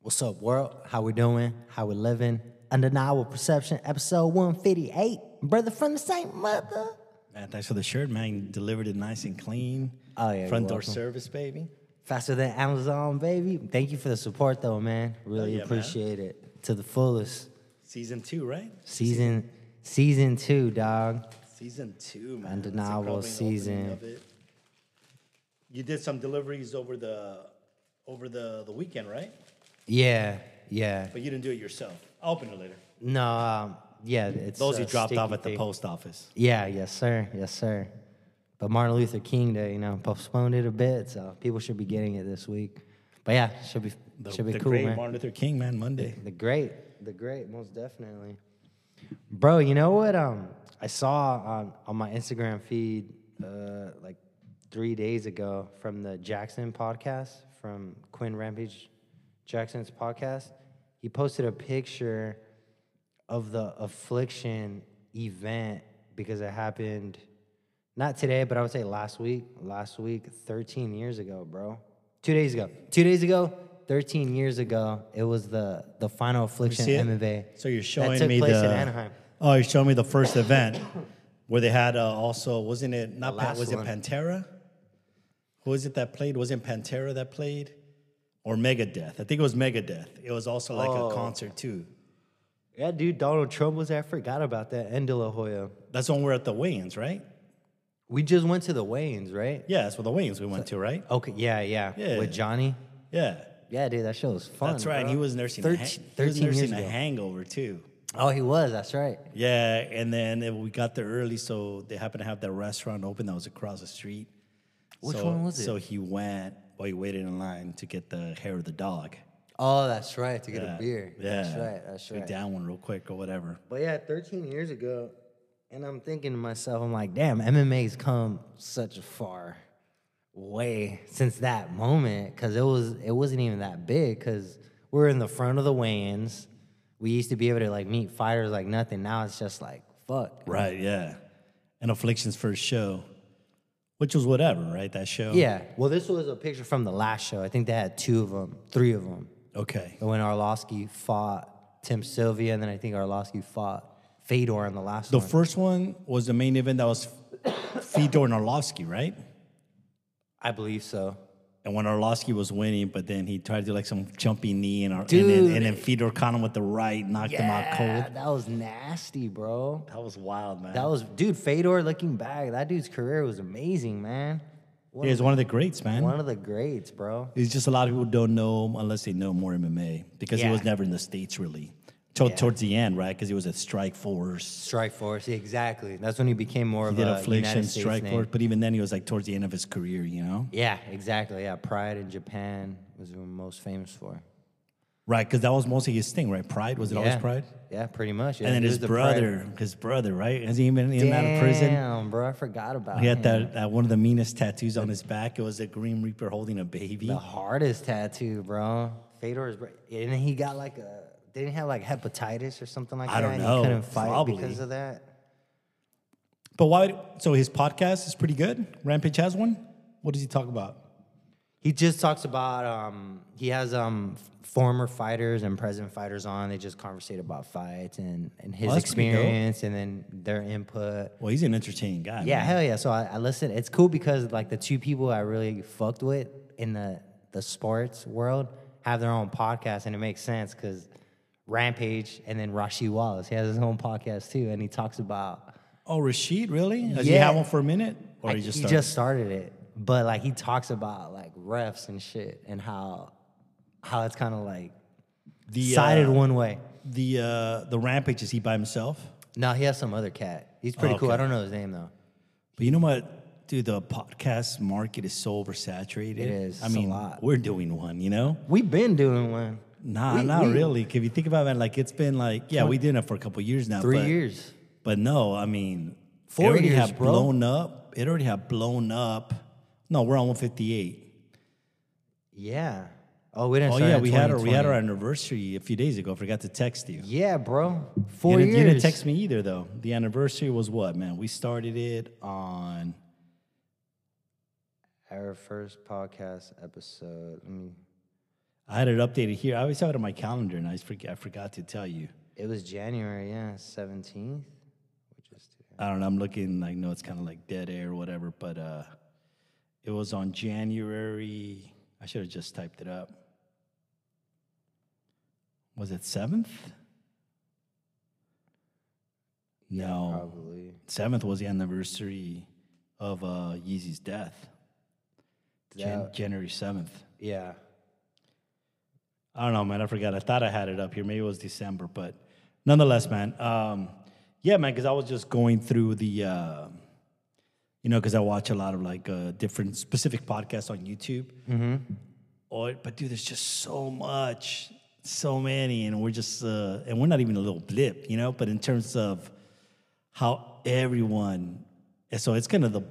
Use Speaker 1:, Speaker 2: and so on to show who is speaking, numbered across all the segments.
Speaker 1: What's up, world? How we doing? How we living? Undeniable Perception, episode 158. Brother from the same mother.
Speaker 2: Man, Uh, thanks for the shirt, man. You delivered it nice and clean.
Speaker 1: Oh, yeah, you're
Speaker 2: Front door
Speaker 1: welcome.
Speaker 2: service, baby.
Speaker 1: Faster than Amazon, baby. Thank you for the support, though, man. Really
Speaker 2: Oh, yeah, man.
Speaker 1: appreciate it to the fullest.
Speaker 2: Season two, right?
Speaker 1: Season season two, dog.
Speaker 2: Season two, man. It's
Speaker 1: Undeniable
Speaker 2: probably an opening
Speaker 1: season.
Speaker 2: of it. You did some deliveries over the over the, the weekend, right?
Speaker 1: Yeah, yeah.
Speaker 2: But you didn't do it yourself. I'll open it later.
Speaker 1: No, um, yeah. It's
Speaker 2: Those
Speaker 1: a
Speaker 2: you dropped off
Speaker 1: sticky
Speaker 2: at the
Speaker 1: thing.
Speaker 2: post office.
Speaker 1: Yeah, yes, sir. Yes, sir. But Martin Luther King Day, you know, postponed it a bit, so people should be getting it this week. But yeah, should be
Speaker 2: The,
Speaker 1: should be
Speaker 2: the
Speaker 1: cool,
Speaker 2: great
Speaker 1: man.
Speaker 2: Martin Luther King, man, Monday.
Speaker 1: The great, the great, most definitely. Bro, you know what? Um, I saw on on my Instagram feed uh, like three days ago from the Jackson podcast from Quinn Rampage Jackson's podcast. He posted a picture of the affliction event because it happened not today, but I would say last week. Last week, 13 years ago, bro. Two days ago. Two days ago, 13 years ago, it was the the final affliction
Speaker 2: See it?
Speaker 1: MFA.
Speaker 2: So you're showing
Speaker 1: that took
Speaker 2: me
Speaker 1: place
Speaker 2: the
Speaker 1: in Anaheim.
Speaker 2: Oh, you're showing me the first event where they had uh, also wasn't it not Pan,
Speaker 1: last
Speaker 2: was
Speaker 1: one.
Speaker 2: it Pantera? Who was it that played? Wasn't Pantera that played? Or Megadeth? I think it was Megadeth. It was also like
Speaker 1: Oh.
Speaker 2: a concert too.
Speaker 1: Yeah, dude, Donald Trump was there. I forgot about that. And De La Hoya.
Speaker 2: That's when we we're at the Wayans, right?
Speaker 1: We just went to the Wayans, right?
Speaker 2: Yeah, that's what the Wayans we went to, right?
Speaker 1: Okay, yeah, yeah.
Speaker 2: Yeah.
Speaker 1: With Johnny.
Speaker 2: Yeah,
Speaker 1: Yeah, dude, that show was fun.
Speaker 2: that's right. And
Speaker 1: bro.
Speaker 2: he was nursing a, hang-
Speaker 1: 13
Speaker 2: he was
Speaker 1: 13 years
Speaker 2: nursing a
Speaker 1: ago.
Speaker 2: hangover too.
Speaker 1: Oh, he was. That's right.
Speaker 2: Yeah, and then uh, we got there early, so they happened to have that restaurant open that was across the street.
Speaker 1: Which
Speaker 2: So-
Speaker 1: one was it?
Speaker 2: So he went, well, he waited in line to get the hair of the dog.
Speaker 1: Oh, that's right. To get
Speaker 2: Yeah,
Speaker 1: a beer.
Speaker 2: Yeah.
Speaker 1: That's right. That's
Speaker 2: Took
Speaker 1: right.
Speaker 2: down one real quick or whatever.
Speaker 1: But yeah, 13 years ago, and I'm thinking to myself, I'm like, damn, MMA's come such a far way since that moment because it was it wasn't even that big because we're in the front of the weigh-ins. We used to be able to like meet fighters like nothing. Now it's just like fuck.
Speaker 2: Right, yeah. And Affliction's first show, which was whatever, right? That show?
Speaker 1: Yeah. Well, this was a picture from the last show. I think they had two of them, three of them.
Speaker 2: Okay.
Speaker 1: When Arlovsky fought Tim Sylvia, and then I think Arlovsky fought Fedor in the last
Speaker 2: The
Speaker 1: one.
Speaker 2: first one was the main event that was Fedor and Orlovsky, right?
Speaker 1: I believe so.
Speaker 2: And when Orlovsky was winning, but then he tried to do like some jumpy knee and, Ar- and,
Speaker 1: Dude.
Speaker 2: then, and then Fedor caught him with the right, knocked him out cold.
Speaker 1: That was nasty, bro.
Speaker 2: That was wild, man.
Speaker 1: That was dude, Fedor looking back, that dude's career was amazing, man. One,
Speaker 2: he was one of the greats, man.
Speaker 1: one of the greats, bro.
Speaker 2: It's just a lot of people don't know him unless they know more MMA because
Speaker 1: Yeah.
Speaker 2: he was never in the states really. Till Towards the end, right? Because he was at Strike Force.
Speaker 1: Strike Force, yeah, exactly. That's when he became more
Speaker 2: He
Speaker 1: of
Speaker 2: did
Speaker 1: a
Speaker 2: Affliction,
Speaker 1: Uh, United States
Speaker 2: Strike
Speaker 1: name.
Speaker 2: Force, but even then he was like towards the end of his career, you know?
Speaker 1: Yeah, exactly. Yeah, Pride in Japan was who I'm most famous for.
Speaker 2: Right, because that was mostly his thing, right? Pride, was it
Speaker 1: yeah.
Speaker 2: always Pride?
Speaker 1: Yeah, pretty much. yeah.
Speaker 2: And then
Speaker 1: He
Speaker 2: his
Speaker 1: was the Pride-
Speaker 2: brother, his brother, right? Has he been in and out of prison?
Speaker 1: Damn, bro, I forgot about
Speaker 2: He had
Speaker 1: him.
Speaker 2: that, that one of the meanest tattoos on his back. It was a Green Reaper holding a baby.
Speaker 1: The hardest tattoo, bro. Fedor's, br- and then he got like a didn't he have like hepatitis or something like
Speaker 2: I
Speaker 1: that.
Speaker 2: don't
Speaker 1: and
Speaker 2: know,
Speaker 1: He couldn't fight
Speaker 2: probably.
Speaker 1: because of that.
Speaker 2: But why? So his podcast is pretty good. Rampage has one. What does he talk about?
Speaker 1: He just talks about um, he has um, f- former fighters and present fighters on. They just conversate about fights and, and his
Speaker 2: Oh, that's pretty dope.
Speaker 1: experience and then their input.
Speaker 2: Well, he's an entertaining guy.
Speaker 1: Yeah,
Speaker 2: man.
Speaker 1: hell yeah. So I, I listen. It's cool because like the two people I really fucked with in the the sports world have their own podcast, and it makes sense because Rampage and then Rashi Wallace he has his own podcast too, and he talks about
Speaker 2: Oh, Rashid, really? Does he
Speaker 1: Yeah.
Speaker 2: have one for a minute, or
Speaker 1: like,
Speaker 2: Oh, he just
Speaker 1: he
Speaker 2: started?
Speaker 1: just started it, but like he talks about like refs and shit and how how it's kind of like
Speaker 2: the
Speaker 1: sided
Speaker 2: uh,
Speaker 1: one way.
Speaker 2: the uh, the rampage is he by himself?
Speaker 1: No, he has some other cat. He's pretty cool. I
Speaker 2: Oh, Okay.
Speaker 1: don't know his name though.
Speaker 2: But you know what, dude, the podcast market is so oversaturated.
Speaker 1: It is.
Speaker 2: I
Speaker 1: It's a
Speaker 2: mean,
Speaker 1: lot.
Speaker 2: we're doing one. You know?
Speaker 1: We've been doing one
Speaker 2: Nah,
Speaker 1: We-
Speaker 2: not
Speaker 1: we-
Speaker 2: really. If you think about it, like it's been like yeah, we did it for a couple years now.
Speaker 1: three
Speaker 2: but,
Speaker 1: years.
Speaker 2: But no, I mean,
Speaker 1: Four
Speaker 2: it already
Speaker 1: years,
Speaker 2: have
Speaker 1: bro.
Speaker 2: blown up. It already have blown up. No, we're on one fifty eight.
Speaker 1: Yeah. Oh, we didn't.
Speaker 2: Oh
Speaker 1: start
Speaker 2: yeah,
Speaker 1: in
Speaker 2: we had our we had
Speaker 1: 2020.
Speaker 2: our anniversary a few days ago. I forgot to text you.
Speaker 1: Yeah, bro.
Speaker 2: You
Speaker 1: Four
Speaker 2: didn't,
Speaker 1: years.
Speaker 2: you didn't text me either though. The anniversary was what, man? We started it on
Speaker 1: Our first podcast episode. I mean,
Speaker 2: I had it updated here. I always have it on my calendar, and I forget. I forgot to tell you.
Speaker 1: It was January, yeah, seventeenth, which is today.
Speaker 2: I don't know. I'm looking. I know it's kind of like dead air or whatever, but uh, it was on January. I should have just typed it up. Was it seventh? No,
Speaker 1: probably.
Speaker 2: seventh was the anniversary of uh, Yeezy's death. Jan-
Speaker 1: That-
Speaker 2: January seventh.
Speaker 1: Yeah,
Speaker 2: I don't know, man. I forgot. I thought I had it up here. Maybe it was December, but nonetheless, man. Um, yeah, man. Because I was just going through the, uh, you know, because I watch a lot of like uh, different specific podcasts on YouTube. Or, but dude, there's just so much, so many, and we're just, uh, and we're not even a little blip, you know. But in terms of how everyone, and so it's kind of the,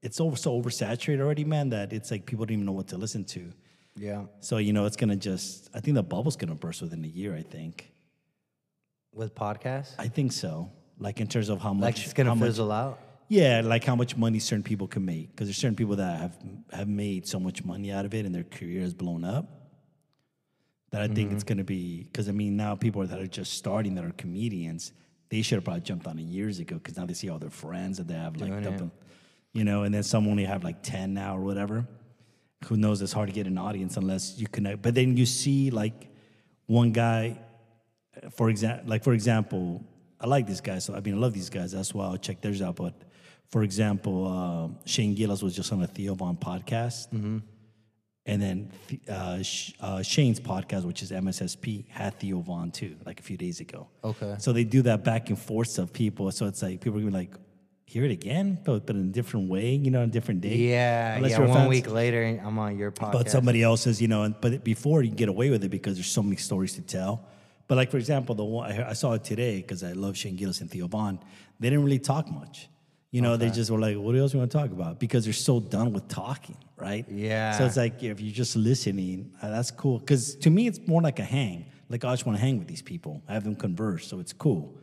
Speaker 2: it's over so oversaturated already, man. That it's like people don't even know what to listen to.
Speaker 1: yeah.
Speaker 2: So you know, it's gonna just. I think the bubble's gonna burst within a year. I think.
Speaker 1: With podcasts,
Speaker 2: I think so. Like in terms of how much.
Speaker 1: like it's gonna
Speaker 2: how much-
Speaker 1: fizzle out.
Speaker 2: yeah, like how much money certain people can make because there's certain people that have have made so much money out of it and their career has blown up. That I think
Speaker 1: Mm-hmm.
Speaker 2: it's gonna be because I mean now people that are just starting that are comedians they should have probably jumped on it years ago because now they see all their friends that they have like
Speaker 1: Doing
Speaker 2: up
Speaker 1: it.
Speaker 2: in- you know and then some only have like ten now or whatever. Who knows? It's hard to get an audience unless you connect. But then you see like one guy for example, like for example, I like these guys. So I mean, I love these guys. That's why I'll check theirs out. But for example, um, Shane Gillis was just on a Theo Von podcast,
Speaker 1: Mm-hmm.
Speaker 2: and then uh, Sh- uh, Shane's podcast, which is MSSP, had Theo Von too, like a few days ago.
Speaker 1: Okay.
Speaker 2: So they do that back and forth of people. So it's like people are gonna be like, hear it again, but but in a different way, you know, on a different day.
Speaker 1: Yeah,
Speaker 2: Unless
Speaker 1: yeah.
Speaker 2: you're a
Speaker 1: One
Speaker 2: fan-
Speaker 1: week later, and I'm on your podcast.
Speaker 2: but somebody else says, you know, and, but before you get away with it because there's so many stories to tell. But like for example, the one I, heard- I saw it today because I love Shane Gillis and Theo Bond. They didn't really talk much. You know, they just were like, "What else we want to talk about?" Because they're so done with talking, right?
Speaker 1: Yeah.
Speaker 2: So it's like if you're just listening, uh, that's cool. Because to me, it's more like a hang. Like I just want to hang with these people, have them converse, so it's cool.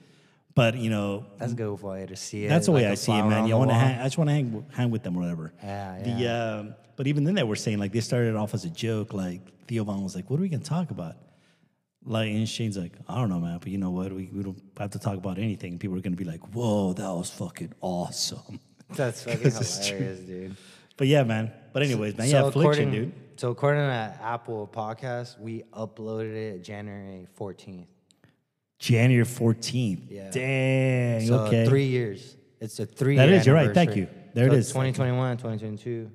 Speaker 2: But you know,
Speaker 1: That's a good way to see it.
Speaker 2: that's the way
Speaker 1: like
Speaker 2: I
Speaker 1: a
Speaker 2: see it,
Speaker 1: flower
Speaker 2: man.
Speaker 1: on
Speaker 2: You
Speaker 1: the
Speaker 2: want to
Speaker 1: wall.
Speaker 2: hang, I just want to hang, w- hang with them or whatever.
Speaker 1: Yeah,
Speaker 2: The, um, but even then, they were saying like they started off as a joke. Like Theo Von was like, "What are we gonna talk about?" Like and Shane's like, "I don't know, man. But you know what? We, we don't have to talk about anything." People are gonna be like, "Whoa, that was fucking awesome."
Speaker 1: That's fucking
Speaker 2: It's true.
Speaker 1: hilarious, dude.
Speaker 2: But yeah, man. But anyways, man. yeah, affliction,
Speaker 1: according,
Speaker 2: dude.
Speaker 1: So according to Apple Podcast, we uploaded it January 14th.
Speaker 2: January fourteenth.
Speaker 1: Yeah.
Speaker 2: Dang.
Speaker 1: So
Speaker 2: okay.
Speaker 1: three years. It's a three.
Speaker 2: That
Speaker 1: year
Speaker 2: is, you're right. Thank
Speaker 1: anniversary.
Speaker 2: you. There it
Speaker 1: So
Speaker 2: is.
Speaker 1: 2021, 2022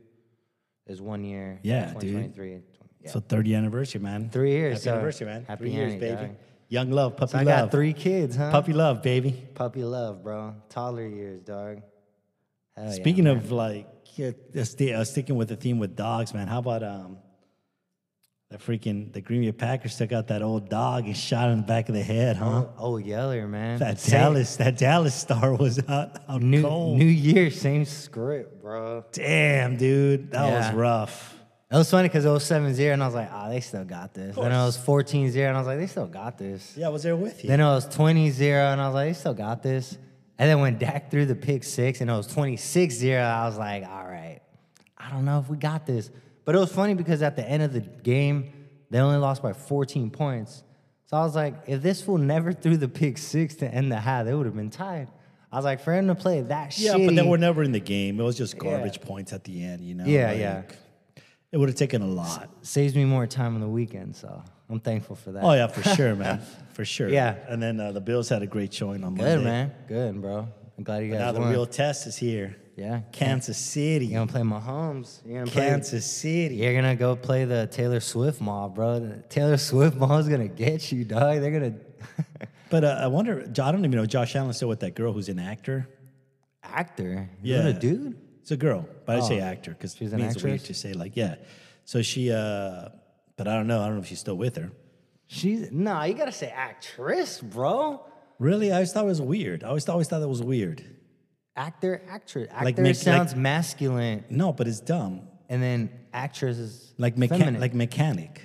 Speaker 1: is one year.
Speaker 2: Yeah, dude.
Speaker 1: 2023. Yeah.
Speaker 2: So 30th anniversary, man.
Speaker 1: Three years,
Speaker 2: Happy
Speaker 1: so
Speaker 2: anniversary, man.
Speaker 1: happy
Speaker 2: three years,
Speaker 1: anniversary,
Speaker 2: baby.
Speaker 1: dog.
Speaker 2: Young love, puppy
Speaker 1: So I
Speaker 2: love.
Speaker 1: got three kids, huh?
Speaker 2: Puppy love, baby.
Speaker 1: Puppy love, bro. Toddler years, dog. Hell yeah.
Speaker 2: Speaking of like, yeah, uh, sti- uh, sticking with the theme with dogs, man. How about um, the freaking the Green Bay Packers took out that old dog and shot him in the back of the head, huh?
Speaker 1: Oh, oh, Yeller, man.
Speaker 2: That
Speaker 1: Same-
Speaker 2: Dallas, that Dallas star was out, out
Speaker 1: New
Speaker 2: cold.
Speaker 1: New Year, same script, bro.
Speaker 2: Damn, dude, that
Speaker 1: Yeah.
Speaker 2: was rough.
Speaker 1: It was funny because it was 7 0, and I was like, ah, they still got this. Then it was 14 0, and I was like, they still got this.
Speaker 2: Yeah, I was there with you.
Speaker 1: Then it was 20 0, and I was like, they still got this. And then when Dak threw the pick six and it was 26 0, I was like, all right, I don't know if we got this. But it was funny because at the end of the game, they only lost by 14 points. So I was like, if this fool never threw the pick six to end the half, they would have been tied. I was like, for him to play that
Speaker 2: yeah,
Speaker 1: shitty,
Speaker 2: but then we're never in the game. It was just garbage points at the end, you know.
Speaker 1: Yeah, yeah.
Speaker 2: It would have taken a lot.
Speaker 1: saves me more time on the weekend. So I'm thankful for that.
Speaker 2: Oh yeah, for sure, man, for sure.
Speaker 1: Yeah.
Speaker 2: and then uh, the Bills had a great showing on Monday.
Speaker 1: Good, man. Good, bro. I'm glad you
Speaker 2: Now
Speaker 1: guys
Speaker 2: the
Speaker 1: won.
Speaker 2: real test is here.
Speaker 1: yeah.
Speaker 2: Kansas City.
Speaker 1: You're gonna play Mahomes. You're gonna play.
Speaker 2: Kansas City.
Speaker 1: You're gonna go play the Taylor Swift mob, bro. The Taylor Swift mob's gonna get you, dog. They're gonna
Speaker 2: But uh, I wonder, I don't even know, Josh Allen's still with that girl who's an actor?
Speaker 1: actor. Yeah,
Speaker 2: Yeah.
Speaker 1: a dude.
Speaker 2: It's a girl, but I say
Speaker 1: Oh,
Speaker 2: actor because
Speaker 1: she's
Speaker 2: she's
Speaker 1: an
Speaker 2: an means weird
Speaker 1: actress?
Speaker 2: to say like, yeah. So she, uh, but I don't know. I don't know if she's still with her.
Speaker 1: She's nah. You gotta say actress, bro.
Speaker 2: Really? I always thought it was weird. I always, always thought that was weird.
Speaker 1: Actor, actress. Actor
Speaker 2: Like make- like-
Speaker 1: sounds masculine,
Speaker 2: No, but it's dumb.
Speaker 1: and then actress is
Speaker 2: Like, mecha-
Speaker 1: feminine.
Speaker 2: like mechanic,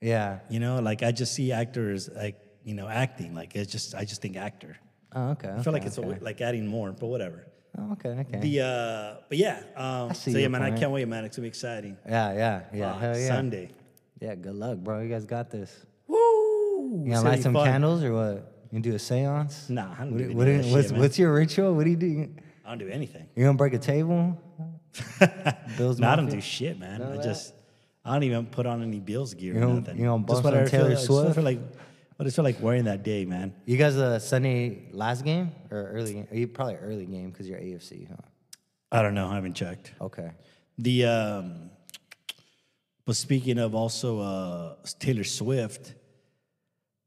Speaker 1: yeah.
Speaker 2: you know? Like I just see actors like, you know, acting. Like it's just, I just think actor.
Speaker 1: Oh, okay.
Speaker 2: I feel like it's a, wi- like adding more, but whatever.
Speaker 1: oh, okay. Okay.
Speaker 2: The, uh, but yeah. Um,
Speaker 1: see
Speaker 2: so yeah,
Speaker 1: your
Speaker 2: man, I
Speaker 1: point.
Speaker 2: can't wait, man. It's going to be exciting.
Speaker 1: yeah, yeah, yeah.
Speaker 2: Uh,
Speaker 1: hell yeah.
Speaker 2: Sunday.
Speaker 1: Yeah, good luck, bro. You guys got this.
Speaker 2: Woo!
Speaker 1: You
Speaker 2: It's
Speaker 1: gonna
Speaker 2: gonna
Speaker 1: light
Speaker 2: be
Speaker 1: some
Speaker 2: fun.
Speaker 1: candles or what? You gonna do a seance?
Speaker 2: Nah, I don't
Speaker 1: What,
Speaker 2: do
Speaker 1: do-
Speaker 2: any
Speaker 1: what
Speaker 2: of
Speaker 1: do you-
Speaker 2: that shit,
Speaker 1: what's,
Speaker 2: man.
Speaker 1: what's your ritual? What do you do?
Speaker 2: I don't do anything.
Speaker 1: You gonna break a table? Bills
Speaker 2: No, I don't
Speaker 1: Mafia?
Speaker 2: do shit, man.
Speaker 1: None of
Speaker 2: I
Speaker 1: that?
Speaker 2: just I don't even put on any Bills gear
Speaker 1: You
Speaker 2: or
Speaker 1: don't-
Speaker 2: nothing.
Speaker 1: you don't
Speaker 2: Just
Speaker 1: bump some
Speaker 2: I feel-
Speaker 1: Taylor
Speaker 2: I just wanna
Speaker 1: Swift?
Speaker 2: feel like what I feel like wearing that day, man.
Speaker 1: You guys a Sunday last game or early game? You probably early game because you're AFC, huh?
Speaker 2: I don't know. I haven't checked.
Speaker 1: Okay.
Speaker 2: The um, but speaking of also uh, Taylor Swift,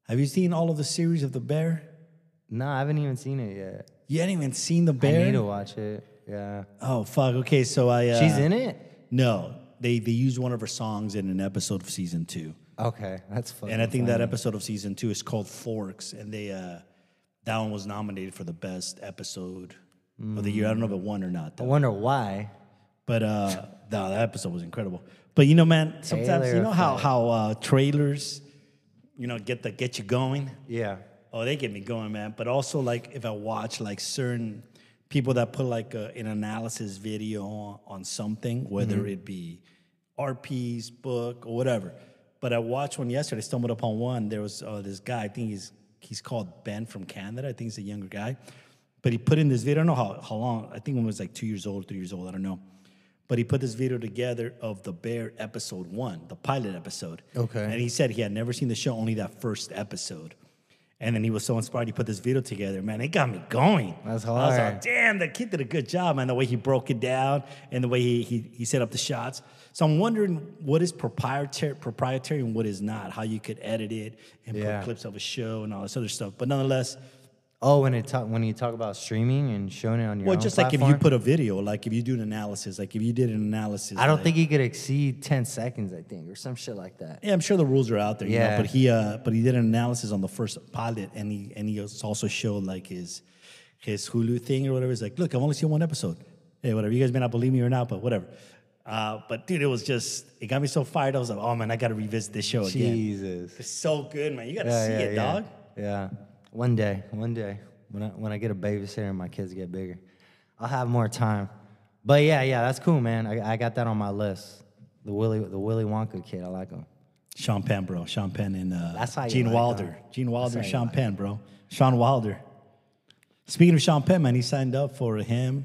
Speaker 2: have you seen all of the series of the Bear?
Speaker 1: No, I haven't even seen it yet.
Speaker 2: You hadn't even seen the Bear.
Speaker 1: I need to watch it. Yeah.
Speaker 2: Oh fuck. Okay, so I uh,
Speaker 1: She's in it?
Speaker 2: No, they they used one of her songs in an episode of season two.
Speaker 1: Okay. That's funny.
Speaker 2: and I think that episode of season two is called Forks, and they uh, that one was nominated for the best episode of the year. I don't know if it won or
Speaker 1: I
Speaker 2: not, though.
Speaker 1: wonder why.
Speaker 2: but uh, no, that episode was incredible. But you know, man, sometimes
Speaker 1: Taylor
Speaker 2: you know how how uh, trailers, you know, get the get you going.
Speaker 1: Yeah.
Speaker 2: Oh, they get me going, man. But also, like, if I watch like certain people that put like a, an analysis video on, on something, whether it be RP's book or whatever. But I watched one yesterday. Stumbled upon one. There was uh, this guy. I think he's he's called Ben from Canada. I think he's a younger guy. But he put in this video. I don't know how, how long. I think when he was like two years old, three years old. I don't know. But he put this video together of the Bear episode one, the pilot episode.
Speaker 1: Okay.
Speaker 2: And he said he had never seen the show, only that first episode. And then he was so inspired, he put this video together. Man, it got me going.
Speaker 1: That's
Speaker 2: I was
Speaker 1: hard.
Speaker 2: like, damn, that kid did a good job, man. The way he broke it down and the way he he, he set up the shots. So I'm wondering what is proprietary, proprietary and what is not. How you could edit it and
Speaker 1: Yeah.
Speaker 2: put clips of a show and all this other stuff. But nonetheless,
Speaker 1: Oh, when it talk when you talk about streaming and showing it on your
Speaker 2: well,
Speaker 1: own
Speaker 2: just like if you
Speaker 1: platform?
Speaker 2: put a video, like if you do an analysis, like if you did an analysis,
Speaker 1: I don't
Speaker 2: like-
Speaker 1: think you could exceed ten seconds, I think, or some shit like that.
Speaker 2: Yeah, I'm sure the rules are out there. Yeah.
Speaker 1: Yeah.
Speaker 2: but he uh, but he did an analysis on the first pilot, and he and he also showed like his his Hulu thing or whatever. He's like, look, I've only seen one episode. Hey, whatever. You guys may not believe me or not, but whatever. Uh, but dude, it was just it got me so fired. I was like, oh man, I got to revisit this show again.
Speaker 1: Jesus.
Speaker 2: It's so good, man. You got to see it,
Speaker 1: yeah.
Speaker 2: dog.
Speaker 1: Yeah. One day, one day, when I when I get a babysitter and my kids get bigger, I'll have more time. But yeah, yeah, that's cool, man. I, I got that on my list. The Willy the Willy Wonka kid, I like him.
Speaker 2: Sean Penn, bro. Sean Penn and uh,
Speaker 1: That's how you
Speaker 2: Gene
Speaker 1: like
Speaker 2: Wilder.
Speaker 1: him.
Speaker 2: Gene Wilder,
Speaker 1: how you
Speaker 2: Sean Penn, bro. Sean Wilder. Speaking of Sean Penn, man, he signed up for him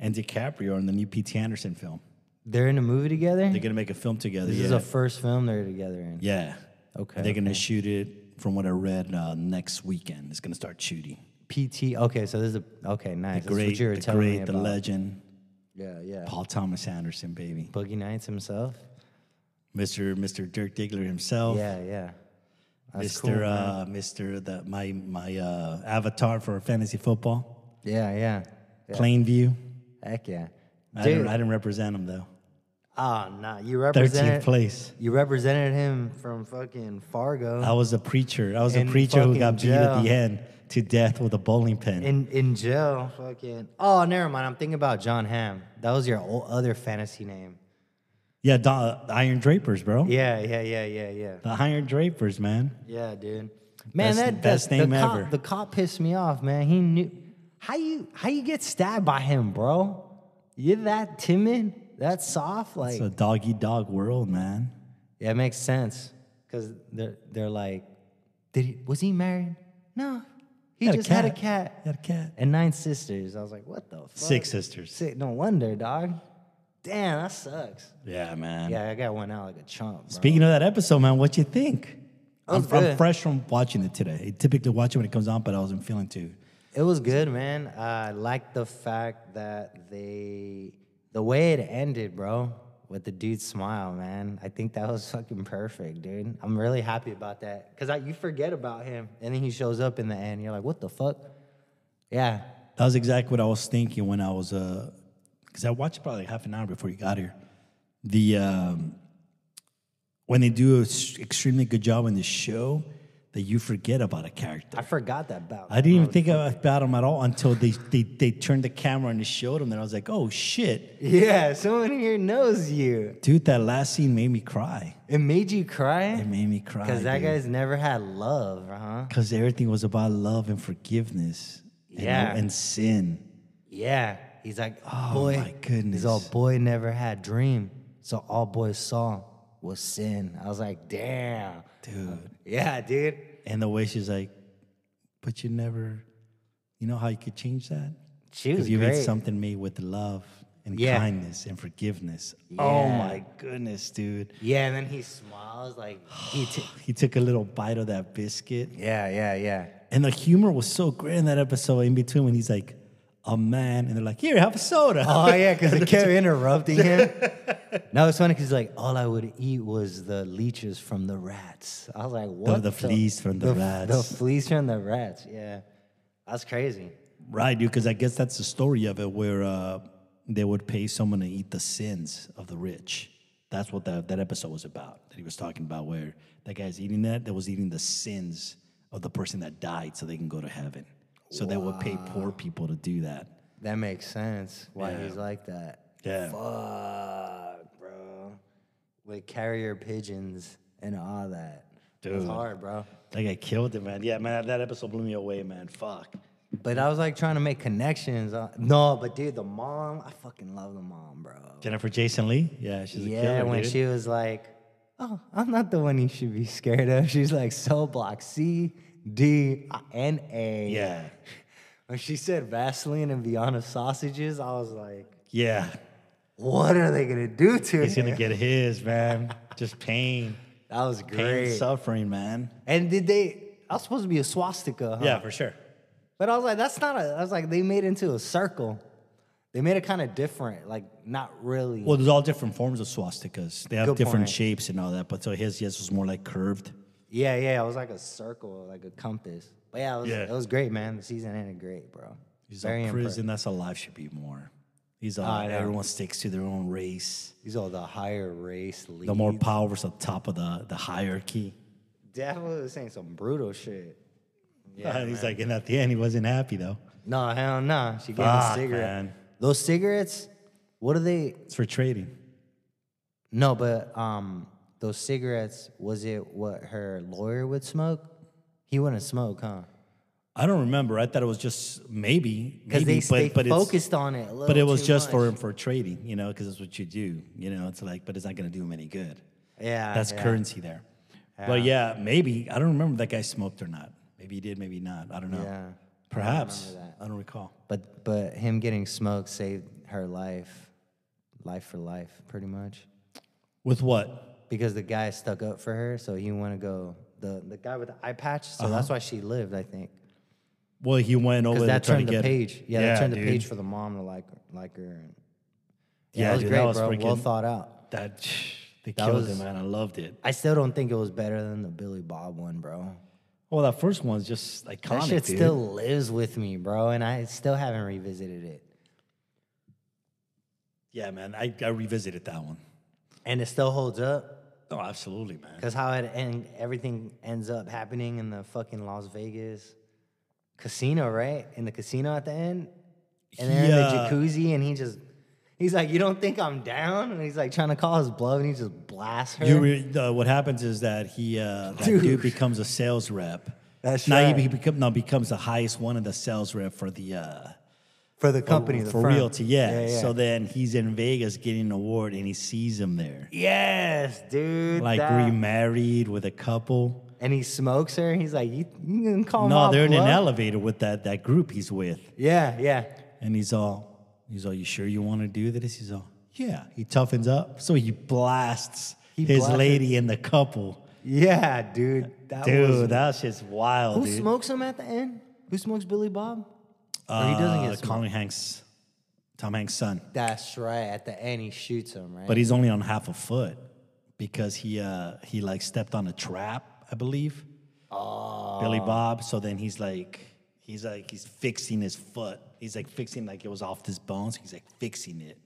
Speaker 2: and DiCaprio in the new P.T. Anderson film.
Speaker 1: They're in a movie together.
Speaker 2: They're gonna make a film together.
Speaker 1: this
Speaker 2: yeah.
Speaker 1: is the first film they're together in.
Speaker 2: yeah.
Speaker 1: Okay,
Speaker 2: They're gonna shoot it. From what I read, uh, next weekend it's gonna start shooting.
Speaker 1: PT. Okay, so this is a okay, nice. that's
Speaker 2: The great,
Speaker 1: what you were
Speaker 2: the
Speaker 1: telling me
Speaker 2: great, the
Speaker 1: about.
Speaker 2: legend,
Speaker 1: Yeah, yeah.
Speaker 2: Paul Thomas Anderson, baby,
Speaker 1: Boogie Nights himself.
Speaker 2: Mister Mister Dirk Diggler himself,
Speaker 1: Yeah, yeah. That's
Speaker 2: Oh. Mister
Speaker 1: cool. man.
Speaker 2: uh, Mister the my my uh, avatar for fantasy football,
Speaker 1: yeah, yeah. yeah.
Speaker 2: Plainview.
Speaker 1: Heck yeah.
Speaker 2: I
Speaker 1: Dude,
Speaker 2: didn't, I didn't represent him though.
Speaker 1: oh nah, you
Speaker 2: Thirteenth
Speaker 1: represented
Speaker 2: place.
Speaker 1: You represented him from fucking Fargo.
Speaker 2: I was a preacher. I was
Speaker 1: In
Speaker 2: a preacher who
Speaker 1: fucking
Speaker 2: got beat at
Speaker 1: jail.
Speaker 2: the end to death with a bowling pin.
Speaker 1: in in jail, fucking. Oh, never mind. I'm thinking about John Hamm. That was your o- other fantasy name.
Speaker 2: yeah, Don, uh, Iron Drapers, bro.
Speaker 1: Yeah, yeah, yeah, yeah, yeah.
Speaker 2: The Iron Drapers, man.
Speaker 1: Yeah, dude. Man,
Speaker 2: That's the
Speaker 1: that
Speaker 2: best
Speaker 1: that,
Speaker 2: name
Speaker 1: the cop,
Speaker 2: ever.
Speaker 1: The cop pissed me off, man. He knew how you how you get stabbed by him, bro. You're that timid, that soft, like
Speaker 2: It's a dog eat dog world, man.
Speaker 1: Yeah, it makes sense because they're they're like, did he was he married? No, he
Speaker 2: Had a
Speaker 1: just had a cat
Speaker 2: cat. Got a cat.
Speaker 1: and nine sisters. I was like, what the fuck?
Speaker 2: Six sisters.
Speaker 1: Sick. No wonder, dog. Damn, that sucks.
Speaker 2: Yeah, man.
Speaker 1: Yeah, that guy went out like a chump. Bro.
Speaker 2: Speaking of that episode, man, what you think?
Speaker 1: That
Speaker 2: I'm,
Speaker 1: was
Speaker 2: I'm
Speaker 1: good.
Speaker 2: fresh from watching it today. I typically watch it when it comes on, but I wasn't feeling too.
Speaker 1: It was good, man. I like the fact that they, the way it ended, bro, with the dude's smile, man. I think that was fucking perfect, dude. I'm really happy about that because you forget about him, and then he shows up in the end. You're like, what the fuck? Yeah,
Speaker 2: That was exactly what I was thinking when I was uh, because I watched probably half an hour before you got here. The um, when they do an extremely good job in the show, that you forget about a character.
Speaker 1: I forgot that about.
Speaker 2: I didn't even think about him at all until they they, they turned the camera and they showed him, and I was like, oh shit.
Speaker 1: yeah, someone here knows you.
Speaker 2: Dude, that last scene made me cry.
Speaker 1: It made you
Speaker 2: It
Speaker 1: cry
Speaker 2: made me cry.
Speaker 1: because that
Speaker 2: dude.
Speaker 1: guy's never had love, huh?
Speaker 2: Because everything was about love and forgiveness. and-
Speaker 1: Yeah.
Speaker 2: And, sin.
Speaker 1: Yeah. He's like,
Speaker 2: Oh,
Speaker 1: boy,
Speaker 2: my goodness.
Speaker 1: He's all boy never had dream. So all boys saw was sin. I was like, damn.
Speaker 2: dude.
Speaker 1: Yeah, dude.
Speaker 2: And the way she's like, but you never, you know how you could change that?
Speaker 1: She was
Speaker 2: you
Speaker 1: great.
Speaker 2: made something made with love and
Speaker 1: Yeah.
Speaker 2: kindness and forgiveness. Oh
Speaker 1: Yeah.
Speaker 2: my goodness, dude.
Speaker 1: Yeah, and then he smiles like he. T-
Speaker 2: He took a little bite of that biscuit.
Speaker 1: yeah, yeah, yeah.
Speaker 2: And the humor was so great in that episode in between when he's like, a man, and they're like, here, have a soda.
Speaker 1: Oh yeah, because they kept interrupting him. No, it's funny because like all I would eat was the leeches from the rats. I was like, what?
Speaker 2: the fleas from the
Speaker 1: f-
Speaker 2: rats.
Speaker 1: The fleas from the rats. Yeah, that's crazy.
Speaker 2: Right, dude, because I guess that's the story of it where uh, they would pay someone to eat the sins of the rich. That's what that, that episode was about, that he was talking about, where that guy's eating that, that was eating the sins of the person that died so they can go to heaven. So they would pay poor people to do that.
Speaker 1: That makes sense. Why he's like that?
Speaker 2: Yeah.
Speaker 1: Fuck, bro. With carrier pigeons and all that. It's
Speaker 2: Dude.
Speaker 1: hard, bro.
Speaker 2: That guy killed it, man. Yeah, man, that episode blew me away, man. Fuck.
Speaker 1: But I was like trying to make connections. Uh, no, but dude, the mom, I fucking love the mom, bro.
Speaker 2: Jennifer Jason Lee? Yeah, she's a
Speaker 1: Yeah,
Speaker 2: killer.
Speaker 1: when
Speaker 2: dude.
Speaker 1: she was like, "Oh, I'm not the one you should be scared of." She's like, "Cell block C, D, uh, and A."
Speaker 2: Yeah.
Speaker 1: When she said Vaseline and Vienna sausages, I was like,
Speaker 2: Yeah.
Speaker 1: "What are they gonna do to
Speaker 2: He's going to
Speaker 1: her?"
Speaker 2: get his, man. Just pain.
Speaker 1: That was
Speaker 2: Pain and
Speaker 1: great.
Speaker 2: suffering, man.
Speaker 1: and did they? I was supposed to be a swastika, huh?
Speaker 2: Yeah, for sure.
Speaker 1: But I was like, "That's not a." I was like, "They made it into a circle. They made it kind of different, like not really."
Speaker 2: Well, there's all different forms of swastikas. They have
Speaker 1: Good
Speaker 2: different
Speaker 1: point.
Speaker 2: shapes and all that. But so his, his was more like curved.
Speaker 1: yeah, yeah, it was like a circle, like a compass. But yeah, it was,
Speaker 2: Yeah.
Speaker 1: it was great, man. The season ended great, bro.
Speaker 2: He's
Speaker 1: Very
Speaker 2: like
Speaker 1: impressed.
Speaker 2: prison. That's how life should be more. He's
Speaker 1: I
Speaker 2: like
Speaker 1: know.
Speaker 2: everyone sticks to their own race.
Speaker 1: These are the higher race leagues.
Speaker 2: The more powers the top of the, the hierarchy.
Speaker 1: Definitely was saying some brutal shit.
Speaker 2: Yeah, he's like, and at the end, he wasn't happy though.
Speaker 1: No, hell no. She gave him a
Speaker 2: Fuck,
Speaker 1: cigarette.
Speaker 2: man.
Speaker 1: Those cigarettes, what are they?
Speaker 2: It's for trading.
Speaker 1: No, but um, those cigarettes, was it what her lawyer would smoke? He wouldn't smoke, huh?
Speaker 2: I don't remember. I thought it was just maybe
Speaker 1: Because
Speaker 2: maybe,
Speaker 1: they, they
Speaker 2: it's-
Speaker 1: focused on it a little
Speaker 2: But it was
Speaker 1: too
Speaker 2: just for
Speaker 1: much.
Speaker 2: for trading, you know, because that's what you do. You know, it's like, but it's not going to do him any good.
Speaker 1: Yeah.
Speaker 2: That's
Speaker 1: yeah.
Speaker 2: currency there. But yeah, maybe I don't remember if that guy smoked or not. Maybe he did, maybe not. I don't know.
Speaker 1: Yeah.
Speaker 2: Perhaps I don't recall.
Speaker 1: But, but him getting smoked saved her life, life for life, pretty much.
Speaker 2: With what?
Speaker 1: because the guy stuck up for her, so he want to go the the guy with the eye patch.
Speaker 2: Uh-huh.
Speaker 1: So that's why she lived, I think,
Speaker 2: Well, he went over
Speaker 1: because
Speaker 2: there
Speaker 1: that
Speaker 2: trying
Speaker 1: turned
Speaker 2: to
Speaker 1: the
Speaker 2: get
Speaker 1: page. Yeah, that turned
Speaker 2: dude.
Speaker 1: the page for the mom to like like her. And yeah,
Speaker 2: Yeah,
Speaker 1: it was
Speaker 2: dude, that
Speaker 1: great,
Speaker 2: was
Speaker 1: bro. Well
Speaker 2: freaking-
Speaker 1: thought out.
Speaker 2: That they killed him,
Speaker 1: was-
Speaker 2: man. I loved it.
Speaker 1: I still don't think it was better than the Billy Bob one, bro.
Speaker 2: Well, that first one's just iconic.
Speaker 1: That shit
Speaker 2: dude.
Speaker 1: still lives with me, bro, and I still haven't revisited it.
Speaker 2: Yeah, man. I, I revisited that one.
Speaker 1: And it still holds up
Speaker 2: Oh, absolutely, man.
Speaker 1: because how it end, everything ends up happening in the fucking Las Vegas casino, right? In the casino at the end, And they're
Speaker 2: Yeah.
Speaker 1: in the jacuzzi, and he just, he's like, You don't think I'm down? And he's like trying to call his bluff, and he just blasts her.
Speaker 2: You re- uh, what happens is that he uh, that dude.
Speaker 1: Dude.
Speaker 2: becomes a sales rep.
Speaker 1: That's
Speaker 2: now
Speaker 1: right.
Speaker 2: he become now becomes the highest one of the sales rep for the uh,
Speaker 1: for the company,
Speaker 2: for,
Speaker 1: the
Speaker 2: Oh, for
Speaker 1: firm.
Speaker 2: realty. Yeah.
Speaker 1: yeah.
Speaker 2: So then he's in Vegas getting an award, and he sees him there,
Speaker 1: yes, dude.
Speaker 2: like
Speaker 1: that-
Speaker 2: remarried with a couple.
Speaker 1: And he smokes her, and he's like, You, you can call
Speaker 2: no,
Speaker 1: Oh, my
Speaker 2: they're in an
Speaker 1: bluff?"
Speaker 2: elevator with that that group he's with,
Speaker 1: Yeah, yeah.
Speaker 2: and he's all he's all, you sure you want to do this? He's all, yeah. He toughens up, so he blasts
Speaker 1: He
Speaker 2: his
Speaker 1: blasted-
Speaker 2: lady and the couple.
Speaker 1: Yeah, dude. That
Speaker 2: Dude,
Speaker 1: was.
Speaker 2: that shit's wild.
Speaker 1: who
Speaker 2: dude.
Speaker 1: smokes him at the end? Who smokes Billy Bob? or
Speaker 2: Uh,
Speaker 1: he doesn't get smoked.
Speaker 2: Colin Hanks, Tom Hanks' son,
Speaker 1: That's right. At the end, he shoots him, right?
Speaker 2: but he's only on half a foot because he uh, he like stepped on a trap, I believe. Oh. Billy Bob. So then he's like he's like he's fixing his foot. He's like fixing like it was off his bones. He's like fixing it,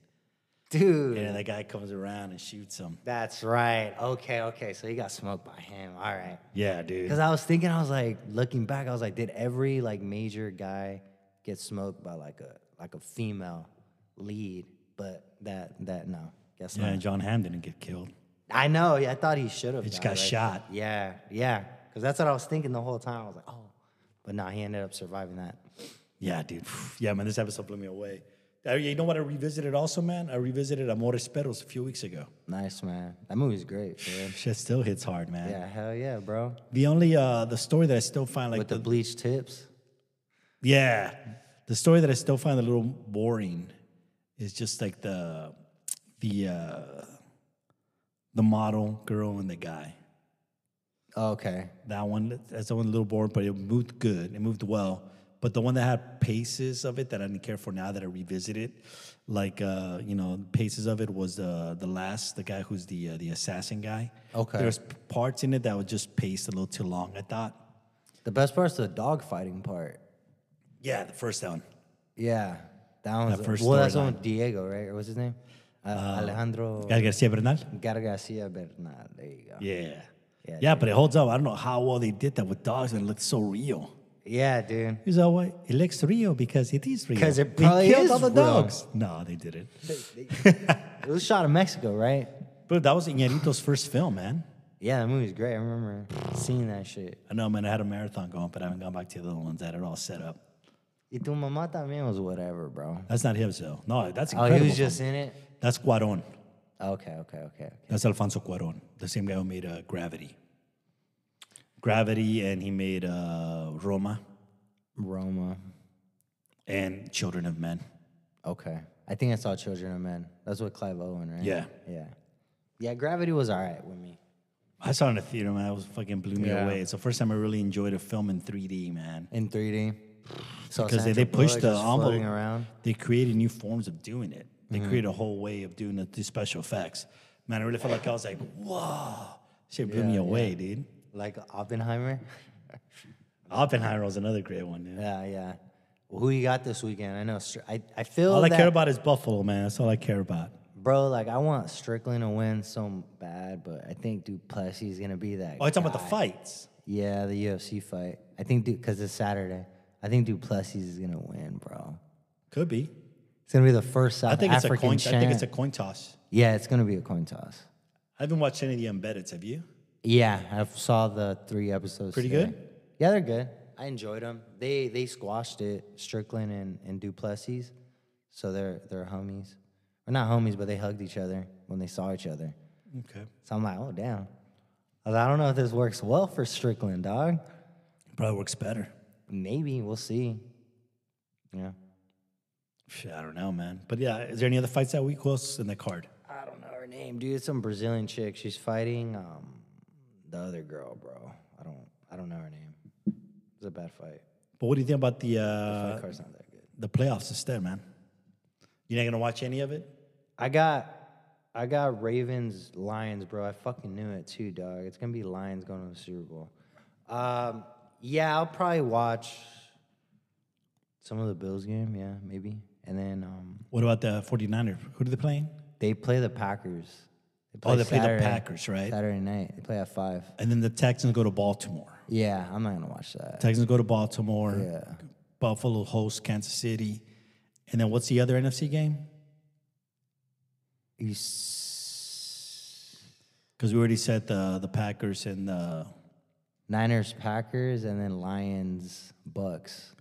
Speaker 1: dude.
Speaker 2: and then that guy comes around and shoots him.
Speaker 1: That's right. Okay, okay. So he got smoked by him. All right.
Speaker 2: Yeah, dude.
Speaker 1: Because I was thinking, I was like, looking back, I was like, did every like major guy get smoked by like a like a female lead? But that that no, guess
Speaker 2: Yeah,
Speaker 1: not.
Speaker 2: John Hamm didn't get killed.
Speaker 1: I know. Yeah, I thought he should have. He
Speaker 2: just got shot.
Speaker 1: Yeah, yeah. Because that's what I was thinking the whole time. I was like, oh, but no, he ended up surviving that.
Speaker 2: Yeah, dude. Yeah, man, this episode blew me away. Uh, you know what I revisited also, man? I revisited Amores Perros a few weeks ago.
Speaker 1: Nice man. That movie's great. For real.
Speaker 2: Shit still hits hard, man.
Speaker 1: yeah, hell yeah, bro.
Speaker 2: The only uh the story that I still find like
Speaker 1: With the
Speaker 2: the,
Speaker 1: bleached tips.
Speaker 2: yeah, the story that I still find a little boring is just like the the uh the model girl and the guy.
Speaker 1: Oh, Okay.
Speaker 2: That one that's the one a little boring, but it moved good. It moved well. But the one that had paces of it that I didn't care for now that I revisit it, like uh, you know, paces of it was uh, the last the guy who's the uh, the assassin guy.
Speaker 1: Okay.
Speaker 2: There's p- parts in it that were just paced a little too long. I thought.
Speaker 1: The best part's the dog fighting part.
Speaker 2: Yeah, the first one.
Speaker 1: Yeah. That one's
Speaker 2: That first
Speaker 1: well, that's the
Speaker 2: storyline.
Speaker 1: one with Diego, right? Or what's his name? Uh, Alejandro
Speaker 2: Gael Garcia Bernal.
Speaker 1: Gargacia Bernal. There you go.
Speaker 2: Yeah.
Speaker 1: Yeah,
Speaker 2: Yeah, but it holds up. I don't know how well they did that with dogs and it looked so real.
Speaker 1: Yeah, dude.
Speaker 2: He's all like, it looks real because it is real.
Speaker 1: 'Cause it
Speaker 2: They
Speaker 1: probably
Speaker 2: killed
Speaker 1: is
Speaker 2: all the
Speaker 1: real."
Speaker 2: dogs. No, they didn't.
Speaker 1: It was shot in Mexico, right?
Speaker 2: But that was Iñárritu's first film, man.
Speaker 1: Yeah, that movie's great. I remember seeing that shit.
Speaker 2: I know, man. I had a marathon going, but I haven't gone back to the other ones that are all set up.
Speaker 1: Y tu mamá también was whatever, bro.
Speaker 2: That's not him, though. No, that's
Speaker 1: Oh,
Speaker 2: incredible.
Speaker 1: he was just in it?
Speaker 2: film. That's Cuaron.
Speaker 1: Okay, okay, okay. okay.
Speaker 2: That's Alfonso Cuaron, the same guy who made uh, Gravity. Gravity, and he made uh, Roma
Speaker 1: Roma.
Speaker 2: and Children of Men.
Speaker 1: Okay. I think I saw Children of Men. That's with Clive Owen, right?
Speaker 2: Yeah.
Speaker 1: Yeah. Yeah, Gravity was all right with me.
Speaker 2: I saw it in the theater, man. It was fucking blew me
Speaker 1: Yeah.
Speaker 2: away. It's the first time I really enjoyed a film in 3D, man.
Speaker 1: In 3D. So
Speaker 2: Because they, they pushed the envelope.
Speaker 1: floating around. Mm-hmm.
Speaker 2: They created new forms of doing it. They created a whole way of doing the, the special effects. Man, I really felt like I was like, whoa. Shit blew me away, dude.
Speaker 1: Like Oppenheimer.
Speaker 2: Oppenheimer was another great one. Yeah.
Speaker 1: yeah, yeah. Who you got this weekend? I know. Str- I, I feel
Speaker 2: All I
Speaker 1: that,
Speaker 2: care about is Buffalo, man. That's all I care about.
Speaker 1: bro. Like I want Strickland to win so bad, but I think Duplessis is gonna be that.
Speaker 2: Oh, you're talking about
Speaker 1: guy.
Speaker 2: the fights.
Speaker 1: Yeah, the UFC fight. I think because it's Saturday. I think Duplessis is gonna win, bro.
Speaker 2: Could be.
Speaker 1: It's gonna be the first South
Speaker 2: I think it's a
Speaker 1: African
Speaker 2: coin. I think it's a
Speaker 1: champ.
Speaker 2: coin toss.
Speaker 1: yeah, it's gonna be a coin toss.
Speaker 2: I haven't watched any of the embeddeds. Have you?
Speaker 1: Yeah, I saw the three episodes.
Speaker 2: Pretty
Speaker 1: today.
Speaker 2: good?
Speaker 1: Yeah, they're good. I enjoyed them. They they squashed it, Strickland and, and Duplessis. So they're they're homies. Or not homies, but they hugged each other when they saw each other.
Speaker 2: Okay.
Speaker 1: So I'm like, oh damn. I, was like, I don't know if this works well for Strickland, dog.
Speaker 2: Probably works better.
Speaker 1: Maybe we'll see. Yeah.
Speaker 2: Shit, I don't know, man. But yeah, is there any other fights that week? Who else is in the card?
Speaker 1: I don't know her name, dude. It's some Brazilian chick. She's fighting um the other girl, bro. I don't I don't know her name. It's a bad fight.
Speaker 2: But what do you think about the
Speaker 1: The
Speaker 2: uh,
Speaker 1: card's not that good.
Speaker 2: the playoffs instead, man? You're not gonna watch any of it?
Speaker 1: I got I got Ravens Lions, bro. I fucking knew it too, dog. It's gonna be Lions going to the Super Bowl. Um, yeah, I'll probably watch some of the Bills game. Yeah, maybe. And then um,
Speaker 2: What about the 49ers? Who do they play?
Speaker 1: they play the Packers.
Speaker 2: Oh, they play the Packers, right?
Speaker 1: Saturday night. They play at five.
Speaker 2: And then the Texans go to Baltimore.
Speaker 1: Yeah, I'm not gonna watch that.
Speaker 2: Texans go to Baltimore.
Speaker 1: Yeah.
Speaker 2: Buffalo hosts Kansas City. And then what's the other NFC game?
Speaker 1: You s-
Speaker 2: Because we already said the the Packers and the
Speaker 1: Niners, Packers, and then Lions, Bucks.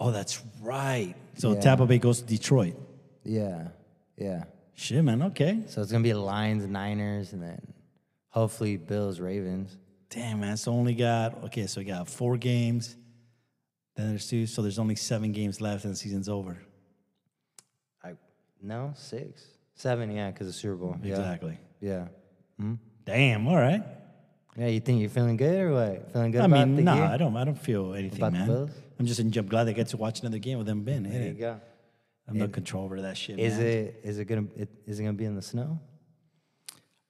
Speaker 2: Oh, that's right. So
Speaker 1: Yeah.
Speaker 2: Tampa Bay goes to Detroit.
Speaker 1: Yeah, yeah.
Speaker 2: Shit, man. Okay.
Speaker 1: So it's gonna be Lions, Niners, and then hopefully Bills, Ravens.
Speaker 2: Damn, man. So only got okay. So we got four games. Then there's two. So there's only seven games left, and the season's over.
Speaker 1: I no six, seven, yeah, because of Super Bowl. Yeah,
Speaker 2: Exactly.
Speaker 1: yeah,
Speaker 2: Damn. All right.
Speaker 1: yeah. You think you're feeling good or what? Feeling good
Speaker 2: I
Speaker 1: about
Speaker 2: mean,
Speaker 1: the
Speaker 2: nah,
Speaker 1: year?
Speaker 2: I don't. I don't feel anything,
Speaker 1: About the
Speaker 2: man.
Speaker 1: Bills?
Speaker 2: I'm just I'm glad I get to watch another game with them. Ben,
Speaker 1: There you
Speaker 2: it.
Speaker 1: go.
Speaker 2: I'm no control over that shit.
Speaker 1: Is
Speaker 2: man.
Speaker 1: it is it gonna it, is it gonna be in the snow?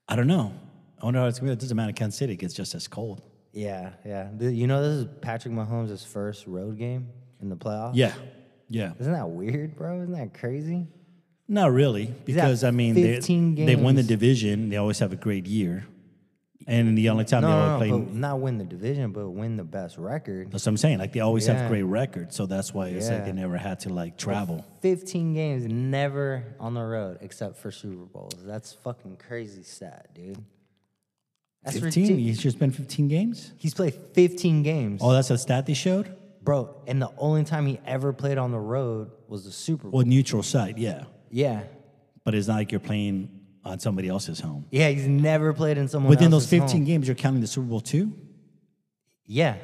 Speaker 2: I don't know. I wonder how it's gonna be. It doesn't matter. Kansas City gets just as cold.
Speaker 1: Yeah, yeah. Th- You know this is Patrick Mahomes' first road game in the playoffs.
Speaker 2: Yeah, yeah.
Speaker 1: Isn't that weird, bro? Isn't that crazy?
Speaker 2: Not really,
Speaker 1: got
Speaker 2: because I mean, they,
Speaker 1: 15
Speaker 2: they win the
Speaker 1: games.
Speaker 2: division. They always have a great year, and the only time
Speaker 1: No,
Speaker 2: they
Speaker 1: no,
Speaker 2: always
Speaker 1: no,
Speaker 2: play.
Speaker 1: but not win the division, but win the best record.
Speaker 2: That's what I'm saying. Like they always
Speaker 1: Yeah.
Speaker 2: have great records, so that's why it's like
Speaker 1: Yeah.
Speaker 2: they never had to like travel.
Speaker 1: 15 games never on the road except for Super Bowls. That's fucking crazy stat, dude. That's
Speaker 2: Fifteen?
Speaker 1: ridic-
Speaker 2: He's just been fifteen games.
Speaker 1: He's played 15 games.
Speaker 2: Oh, that's a stat they showed.
Speaker 1: bro. And the only time he ever played on the road was the Super Bowl.
Speaker 2: Well, neutral site, yeah.
Speaker 1: Yeah,
Speaker 2: But it's not like you're playing on somebody else's home.
Speaker 1: yeah. He's never played in someone
Speaker 2: Within those
Speaker 1: else's
Speaker 2: 15
Speaker 1: home.
Speaker 2: games, you're counting the Super Bowl too?
Speaker 1: Yeah,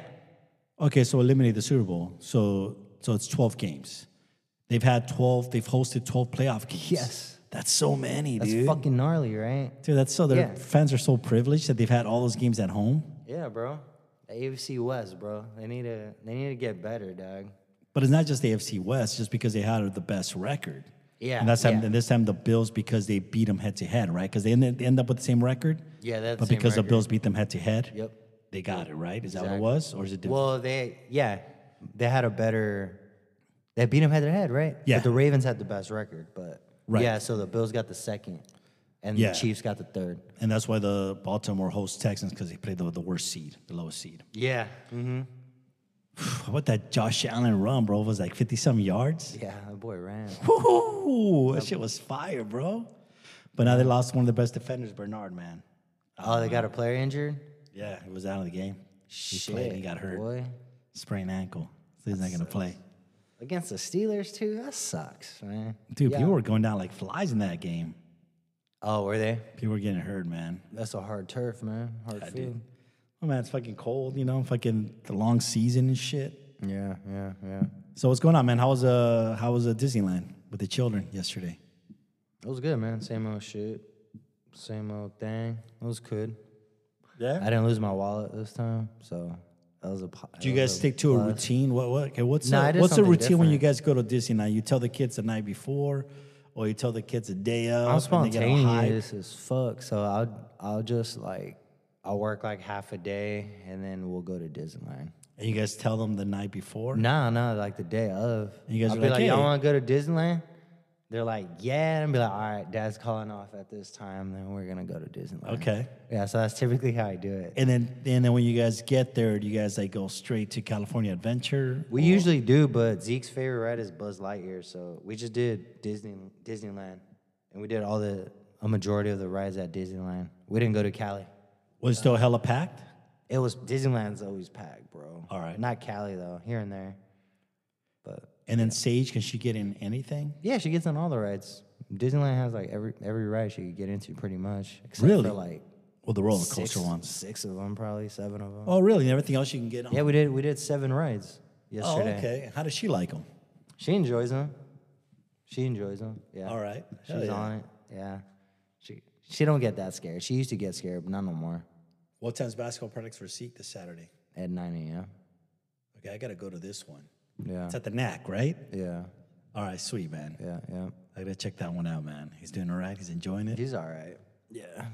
Speaker 2: Okay, so eliminate the Super Bowl. So so it's 12 games. They've had 12, they've hosted 12 playoff games.
Speaker 1: Yes.
Speaker 2: That's so many,
Speaker 1: that's
Speaker 2: dude.
Speaker 1: fucking gnarly, right?
Speaker 2: Dude, that's so their
Speaker 1: Yeah.
Speaker 2: fans are so privileged that they've had all those games at home.
Speaker 1: Yeah, bro. The AFC West, bro. They need to they need to get better, dog.
Speaker 2: But it's not just the AFC West, just because they had the best record.
Speaker 1: Yeah,
Speaker 2: And that's time,
Speaker 1: yeah.
Speaker 2: and this time the Bills because they beat them head to head, right? Because they end, they end up with the same record.
Speaker 1: Yeah, that's the
Speaker 2: But
Speaker 1: same
Speaker 2: because the
Speaker 1: record.
Speaker 2: Bills beat them head to head,
Speaker 1: Yep.
Speaker 2: they got it right. Is that what it
Speaker 1: Exactly.
Speaker 2: was, or is it different?
Speaker 1: Well, they yeah, they had a better. They beat them head to head, right?
Speaker 2: Yeah.
Speaker 1: But the Ravens had the best record, but
Speaker 2: Right.
Speaker 1: yeah. So the Bills got the second, and
Speaker 2: Yeah.
Speaker 1: the Chiefs got the third.
Speaker 2: and that's why the Baltimore hosts Texans because they played the, the worst seed, the lowest seed.
Speaker 1: Yeah. Mm-hmm.
Speaker 2: How about that Josh Allen run, bro? It was like fifty some yards.
Speaker 1: Yeah. That boy ran.
Speaker 2: Woo! That shit was fire, bro. But now they lost one of the best defenders, Bernard. Man,
Speaker 1: Oh, they got a player injured.
Speaker 2: yeah, he was out of the game. He
Speaker 1: Shit.
Speaker 2: played. He got hurt.
Speaker 1: Boy.
Speaker 2: Sprained ankle. So he's not gonna play.
Speaker 1: Against the Steelers too. That sucks, man.
Speaker 2: Dude,
Speaker 1: Yeah.
Speaker 2: people were going down like flies in that game.
Speaker 1: Oh, were they?
Speaker 2: People were getting hurt, man.
Speaker 1: That's a hard turf, man. Hard field.
Speaker 2: Oh man, it's fucking cold, you know, fucking the long season and shit.
Speaker 1: Yeah. Yeah. Yeah.
Speaker 2: So what's going on, man? How was uh how was uh, Disneyland with the children yesterday?
Speaker 1: It was good, man. Same old shit. Same old thing. It was good. I
Speaker 2: Yeah.
Speaker 1: didn't lose my wallet this time, so that was a. po-
Speaker 2: Do you
Speaker 1: that
Speaker 2: guys
Speaker 1: was
Speaker 2: stick to a routine? What what okay, what's
Speaker 1: No,
Speaker 2: a-
Speaker 1: I did
Speaker 2: what's the
Speaker 1: something
Speaker 2: routine when you guys go to Disneyland? You tell the kids the night before or you tell the kids a day of
Speaker 1: I'm
Speaker 2: and they get all hyped?
Speaker 1: spontaneous as fuck, so I'll I'll just like I'll work like half a day and then we'll go to Disneyland.
Speaker 2: and you guys tell them the night before?
Speaker 1: Nah, nah, like the day of.
Speaker 2: And you guys
Speaker 1: I'll
Speaker 2: are
Speaker 1: be
Speaker 2: like,
Speaker 1: like, y'all
Speaker 2: "Hey."
Speaker 1: want to go to Disneyland? They're like, yeah, and be like, all right, dad's calling off at this time, then we're gonna go to Disneyland.
Speaker 2: Okay.
Speaker 1: Yeah, so that's typically how I do it.
Speaker 2: And then and then when you guys get there, do you guys like go straight to California Adventure?
Speaker 1: We usually do, but Zeke's favorite ride is Buzz Lightyear, so we just did Disney Disneyland, and we did all the a majority of the rides at Disneyland. We didn't go to Cali.
Speaker 2: Was it still hella packed?
Speaker 1: It was Disneyland's always packed, bro.
Speaker 2: All right.
Speaker 1: not Cali though, here and there, but
Speaker 2: And then Sage, can she get in anything?
Speaker 1: yeah, she gets on all the rides. Disneyland has like every every ride she could get into, pretty much. Except
Speaker 2: Really?
Speaker 1: for like
Speaker 2: Well, the roller
Speaker 1: six,
Speaker 2: coaster ones.
Speaker 1: six of them, probably seven of them.
Speaker 2: Oh, really? And everything else you can get on?
Speaker 1: Yeah, we did we did seven rides
Speaker 2: oh,
Speaker 1: yesterday.
Speaker 2: okay. How does she like them?
Speaker 1: She enjoys them. She enjoys them. Yeah.
Speaker 2: All right.
Speaker 1: She's
Speaker 2: Hell yeah.
Speaker 1: on it. Yeah. She she don't get that scared. She used to get scared, but not no more.
Speaker 2: What time's basketball products for Seek this Saturday?
Speaker 1: At nine a.m.
Speaker 2: Okay, I got to go to this one.
Speaker 1: Yeah.
Speaker 2: It's at the Knack, right?
Speaker 1: Yeah.
Speaker 2: All right, sweet, man.
Speaker 1: Yeah. Yeah.
Speaker 2: I got to check that one out, man. He's doing all right. He's enjoying it.
Speaker 1: He's all right. Yeah.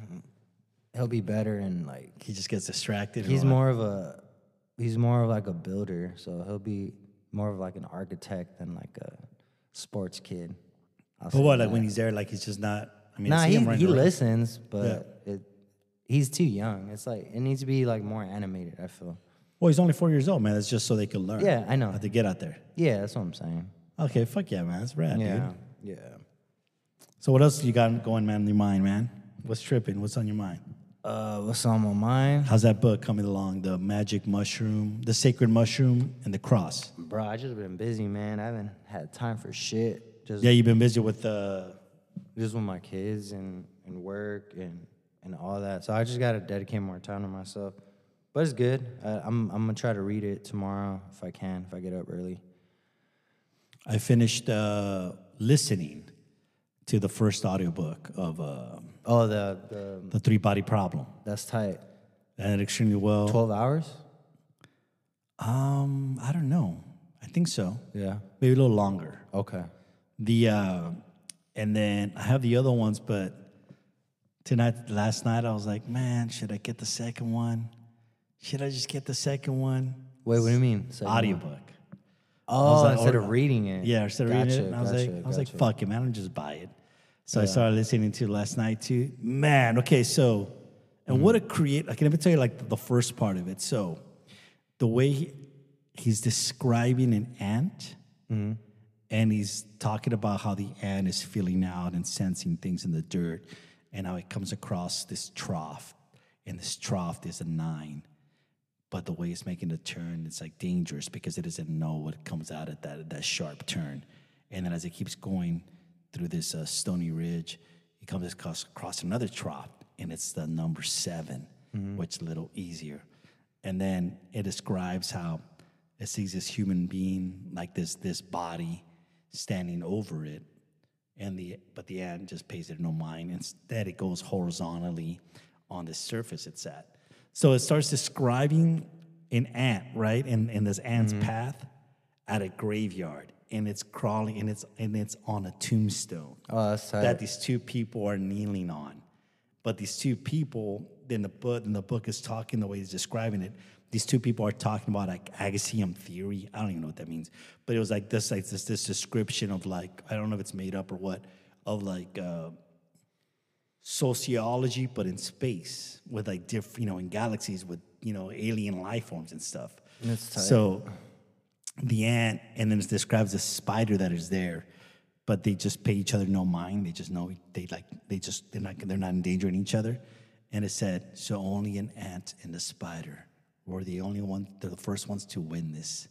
Speaker 1: He'll be better and like
Speaker 2: He just gets distracted. and
Speaker 1: he's
Speaker 2: all that.
Speaker 1: more of a he's more of like a builder, so he'll be more of like an architect than like a sports kid. I'll
Speaker 2: But
Speaker 1: say
Speaker 2: what, like
Speaker 1: that.
Speaker 2: when he's there, like he's just not. I mean, I
Speaker 1: Nah,
Speaker 2: see
Speaker 1: he,
Speaker 2: him running
Speaker 1: he
Speaker 2: around.
Speaker 1: listens, but it, he's too young. It's like it needs to be like more animated. I feel.
Speaker 2: Well, he's only four years old, man. That's just so they can learn.
Speaker 1: Yeah, I know.
Speaker 2: How to get out there.
Speaker 1: Yeah, that's what I'm saying.
Speaker 2: Okay, fuck yeah, man. That's rad, dude.
Speaker 1: Yeah, yeah.
Speaker 2: So what else you got going, man? In your mind, man. What's tripping? What's on your mind?
Speaker 1: Uh, what's on my mind,
Speaker 2: How's that book coming along? The magic mushroom, the sacred mushroom, and the cross.
Speaker 1: bro? I just been busy, man. I haven't had time for shit. Just,
Speaker 2: Yeah, you've been busy with uh, the.
Speaker 1: just with my kids and and work and and all that. So I just gotta dedicate more time to myself. But it's good. Uh, I'm I'm gonna try to read it tomorrow if I can. If I get up early.
Speaker 2: I finished uh, listening to the first audiobook of uh,
Speaker 1: Oh, the the
Speaker 2: the three body problem,
Speaker 1: that's tight.
Speaker 2: and extremely well.
Speaker 1: Twelve hours.
Speaker 2: Um, I don't know. I think so.
Speaker 1: Yeah.
Speaker 2: Maybe a little longer.
Speaker 1: Okay.
Speaker 2: The uh, and then I have the other ones, but tonight, last night, I was like, man, should I get the second one? Should I just get the second one?
Speaker 1: Wait, what do you mean? Second one.
Speaker 2: Audiobook.
Speaker 1: Oh,
Speaker 2: like,
Speaker 1: instead
Speaker 2: or-
Speaker 1: of reading it.
Speaker 2: Yeah, I started reading
Speaker 1: Gotcha,
Speaker 2: it. And I was like,
Speaker 1: gotcha,
Speaker 2: I was like,
Speaker 1: gotcha.
Speaker 2: fuck it, man. I'm just buy it. So I started listening to it last night too. Man, okay, so and what
Speaker 1: Mm.
Speaker 2: a create! I can even tell you like the first part of it. So the way he, he's describing an ant,
Speaker 1: Mm-hmm.
Speaker 2: and he's talking about how the ant is feeling out and sensing things in the dirt, and how it comes across this trough, and this trough is a nine, but the way it's making the turn, it's like dangerous because it doesn't know what comes out at that that sharp turn. And then as it keeps going through this uh, stony ridge, it comes across, across another trough, and it's the number 7 which is a little easier. And then it describes how it sees this human being, like this this body, standing over it, and the but the ant just pays it no mind. Instead, it goes horizontally on the surface it's at. So it starts describing an ant, right? And and this ant's path at a graveyard, and it's crawling, and it's and it's on a tombstone
Speaker 1: Oh, that's tight.
Speaker 2: that these two people are kneeling on. But these two people, then the book, and the book is talking the way he's describing it. These two people are talking about like Agassiz theory. I don't even know what that means, but it was like this, like this, this description of like I don't know if it's made up or what, of like uh, sociology, but in space with like different, you know, in galaxies with you know alien life forms and stuff.
Speaker 1: That's tight.
Speaker 2: So the ant, and then it describes the spider that is there, but they just pay each other no mind. They just know they like they just they're not they're not endangering each other. And it said, so only an ant and the spider were the only one, they're the first ones to win this,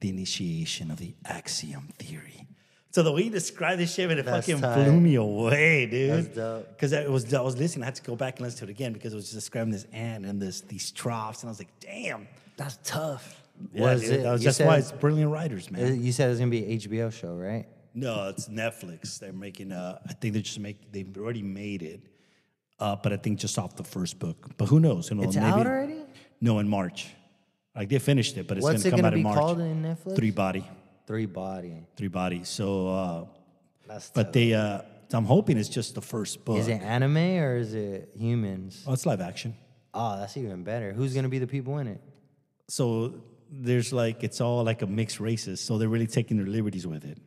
Speaker 2: the initiation of the axiom theory. So the way you describe this shit, man, it
Speaker 1: That's
Speaker 2: fucking
Speaker 1: tight.
Speaker 2: blew me away, dude.
Speaker 1: That's dope.
Speaker 2: Because I was I was listening, I had to go back and listen to it again because it was just describing this ant and this these troughs, and I was like, damn.
Speaker 1: that's tough.
Speaker 2: Yeah,
Speaker 1: was
Speaker 2: dude,
Speaker 1: it?
Speaker 2: that was-
Speaker 1: you
Speaker 2: that's
Speaker 1: said,
Speaker 2: why it's brilliant writers, man.
Speaker 1: you said it was gonna be an HBO show, right?
Speaker 2: no, it's Netflix. They're making. Uh, I think they just make. They've already made it, uh, but I think just off the first book. But who knows? Who
Speaker 1: It's
Speaker 2: knows?
Speaker 1: out already?
Speaker 2: No, in March. Like they finished it, but it's
Speaker 1: What's
Speaker 2: gonna
Speaker 1: it
Speaker 2: come
Speaker 1: gonna
Speaker 2: out
Speaker 1: be
Speaker 2: in March.
Speaker 1: called in Netflix?
Speaker 2: Three body,
Speaker 1: Three Body.
Speaker 2: three body. So, uh,
Speaker 1: That's
Speaker 2: but they. Uh, so I'm hoping it's just the first book.
Speaker 1: Is it anime or is it humans?
Speaker 2: Oh, it's live action.
Speaker 1: Oh, that's even better. Who's gonna be the people in it?
Speaker 2: so there's like it's all like a mixed races so they're really taking their liberties with it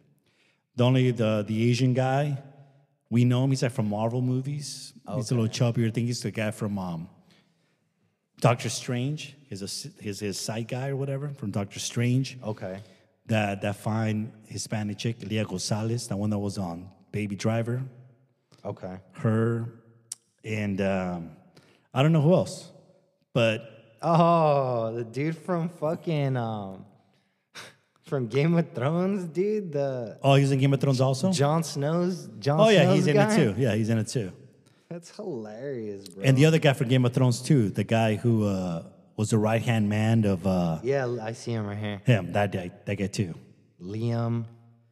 Speaker 2: the only the the asian guy we know him he's like from marvel movies he's a little chubbier i think he's the guy from um doctor strange his ass- his his side guy or whatever from doctor strange
Speaker 1: Okay.
Speaker 2: that that fine hispanic chick leah gonzalez the one that was on baby driver
Speaker 1: Okay.
Speaker 2: her and um i don't know who else but
Speaker 1: Oh, the dude from fucking um from Game of Thrones, dude. The
Speaker 2: oh he's in game of thrones also
Speaker 1: Jon Snow's Jon.
Speaker 2: oh yeah
Speaker 1: Snow's
Speaker 2: he's in
Speaker 1: guy?
Speaker 2: it too yeah he's in it too
Speaker 1: That's hilarious, bro.
Speaker 2: And the other guy from Game of Thrones too, the guy who uh, was the right hand man of uh,
Speaker 1: yeah, I see him right here.
Speaker 2: him, that guy, that guy too.
Speaker 1: Liam.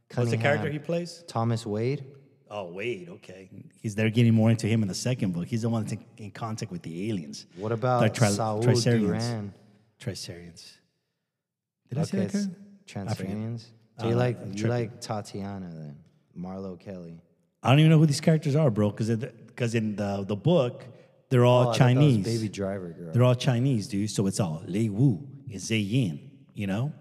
Speaker 1: Cunningham.
Speaker 2: plays?
Speaker 1: Thomas Wade.
Speaker 2: Oh wait, okay. He's they're getting more into him in the second book. He's the one that's in, in contact with the aliens.
Speaker 1: What about
Speaker 2: Like tri-
Speaker 1: Saul
Speaker 2: Tricerians.
Speaker 1: Duran?
Speaker 2: Tricerians. Did I Uh, say
Speaker 1: Okay,
Speaker 2: that
Speaker 1: it's
Speaker 2: correct?
Speaker 1: Transylvanians.
Speaker 2: I
Speaker 1: So you
Speaker 2: don't know,
Speaker 1: like
Speaker 2: I'm
Speaker 1: you
Speaker 2: tripping.
Speaker 1: like Tatiana then, Marlo Kelly.
Speaker 2: I don't even know who these characters are, bro. Because because in the the book they're all
Speaker 1: Oh, I thought that was
Speaker 2: Chinese.
Speaker 1: Baby Driver girl.
Speaker 2: They're all Chinese, dude. So it's all Lei Wu and Zhe Yin, you know?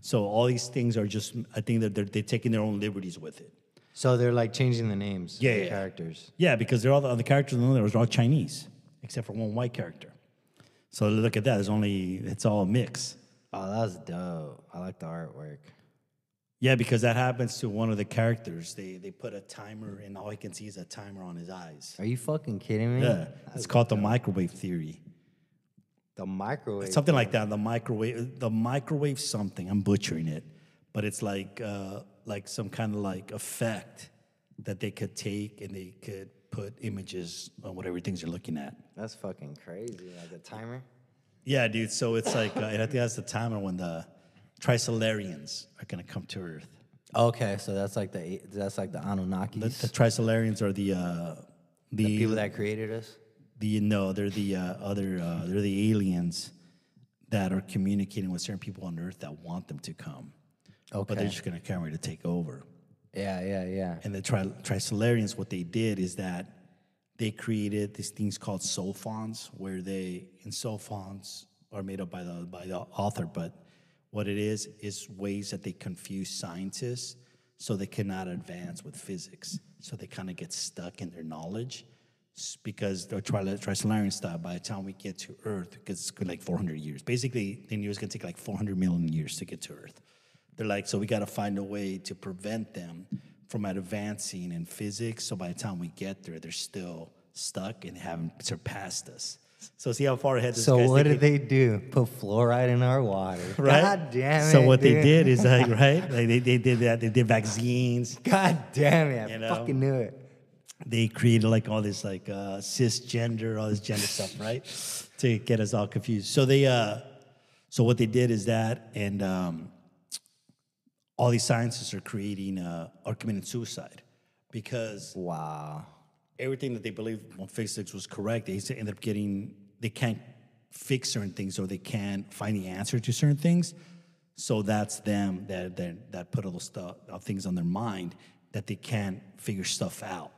Speaker 2: So all these things are just, I think that they're, they're taking their own liberties with it.
Speaker 1: So they're like changing the names. of
Speaker 2: Yeah,
Speaker 1: the
Speaker 2: yeah.
Speaker 1: Characters.
Speaker 2: Yeah, because they're all the, the characters in there was all Chinese, except for one white character. So look at that. There's only it's all a mix.
Speaker 1: Oh, that was dope. I like the artwork.
Speaker 2: Yeah, because that happens to one of the characters. They they put a timer, and all he can see is a timer on his eyes.
Speaker 1: Are you fucking kidding me?
Speaker 2: Yeah, it's called the microwave theory.
Speaker 1: The microwave.
Speaker 2: something like that. The microwave, the microwave something. I'm butchering it, but it's like uh, like some kind of like effect that they could take and they could put images on whatever things you're looking at.
Speaker 1: That's fucking crazy. Like a timer.
Speaker 2: Yeah, dude. So it's like, uh, and I think that's the time when the Trisolarians are gonna come to Earth.
Speaker 1: Okay, so that's like the that's like the Anunnakis,
Speaker 2: The, the Trisolarians are the uh, the
Speaker 1: people that created us.
Speaker 2: the no, they're the uh, other uh, they're the aliens that are communicating with certain people on Earth that want them to come. But
Speaker 1: Okay.
Speaker 2: they're just gonna come here to take over.
Speaker 1: Yeah, yeah, yeah.
Speaker 2: And the tri- Trisolarians, what they did is that they created these things called solfons, where they and solfons are made up by the by the author, but what it is is ways that they confuse scientists so they cannot advance with physics. So they kind of get stuck in their knowledge s- because the tri- Trisolarian style, by the time we get to Earth, because it's gonna like 400 years. Basically, they knew it's going to take like 400 million years to get to Earth. They're like, so we got to find a way to prevent them from advancing in physics. So by the time we get there, they're still stuck and haven't surpassed us. So see how far ahead this
Speaker 1: So
Speaker 2: guy's
Speaker 1: what
Speaker 2: thinking.
Speaker 1: did they do? Put fluoride in our water.
Speaker 2: right?
Speaker 1: God damn it.
Speaker 2: So what they
Speaker 1: dude.
Speaker 2: did is like right, like they, they did that. They did vaccines.
Speaker 1: God damn it. I
Speaker 2: You know?
Speaker 1: fucking knew it.
Speaker 2: They created like all this like uh, cisgender, all this gender stuff, right? To get us all confused. So they, uh, so what they did is that, and um, all these scientists are creating uh, are committing suicide because
Speaker 1: Wow.
Speaker 2: everything that they believed on physics was correct. They used to end up getting they can't fix certain things or they can't find the answer to certain things. So that's them that that, that put all those stuff uh, things on their mind that they can't figure stuff out.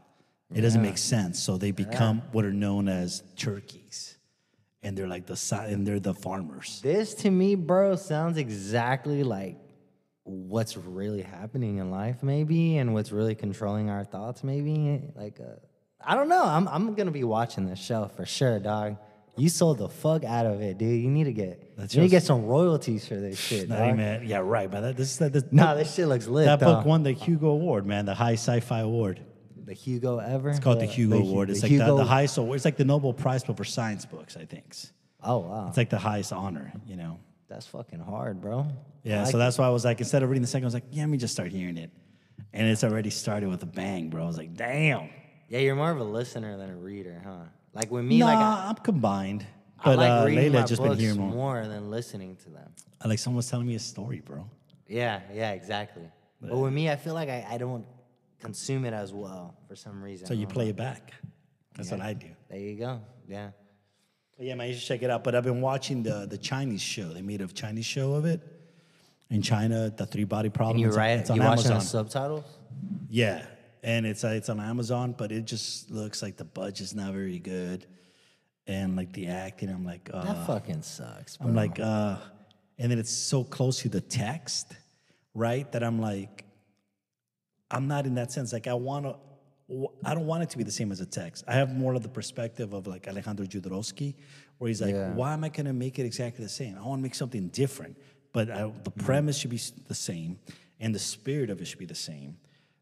Speaker 2: It doesn't make sense. So they become what are known as turkeys, and they're like the si- and they're the farmers.
Speaker 1: This to me, bro, sounds exactly like what's really happening in life, maybe, and what's really controlling our thoughts, maybe. Like, uh, I don't know. I'm, I'm gonna be watching this show for sure, dog. You sold the fuck out of it, dude. You need to get
Speaker 2: That's
Speaker 1: you need to
Speaker 2: yours.
Speaker 1: get some royalties for this shit,
Speaker 2: Not
Speaker 1: dog.
Speaker 2: even- yeah, right. But that, this is that, this,
Speaker 1: Nah, this shit looks lit.
Speaker 2: that book
Speaker 1: dog.
Speaker 2: won the Hugo Award, man, the High Sci-Fi Award.
Speaker 1: the Hugo ever. It's
Speaker 2: called the Hugo Award. It's like the, the highest award. It's like the Nobel Prize, but for science books, I think. It's
Speaker 1: Oh wow,
Speaker 2: like the highest honor, you know?
Speaker 1: that's fucking hard, bro.
Speaker 2: Yeah, so that's why I was like, instead of reading the second, I was like, yeah, let me just start hearing it. And it's already started with a bang, bro. I was like, damn.
Speaker 1: Yeah, you're more of a listener than a reader, huh? Like with me,
Speaker 2: nah,
Speaker 1: like I,
Speaker 2: I'm combined.
Speaker 1: I
Speaker 2: But
Speaker 1: like
Speaker 2: uh,
Speaker 1: reading
Speaker 2: lately,
Speaker 1: my
Speaker 2: I've just been
Speaker 1: books
Speaker 2: hearing more.
Speaker 1: more than listening to them.
Speaker 2: I Like, someone's telling me a story, bro.
Speaker 1: Yeah, yeah, exactly. But with me, I feel like I, I don't consume it as well for some reason.
Speaker 2: So you
Speaker 1: Huh?
Speaker 2: play it back. That's what I do.
Speaker 1: There you go. Yeah.
Speaker 2: But yeah, man, you should check it out. But I've been watching the the Chinese show. They made a Chinese show of it in China, the three body problem.
Speaker 1: And you
Speaker 2: It's on-
Speaker 1: write.
Speaker 2: It's on
Speaker 1: you watching the
Speaker 2: Amazon.
Speaker 1: subtitles?
Speaker 2: Yeah, and it's uh, it's on Amazon, but it just looks like the budget's not very good, and like the acting, I'm like, uh,
Speaker 1: That fucking sucks. Bro.
Speaker 2: I'm like, uh, and then it's so close to the text, right? That I'm like, I'm not in that sense. Like, I want to, I don't want it to be the same as a text. I have more of the perspective of like Alejandro Jodorowsky, where he's like,
Speaker 1: Yeah.
Speaker 2: why am I going to make it exactly the same? I want to make something different, but I, the premise should be s- the same, and the spirit of it should be the same.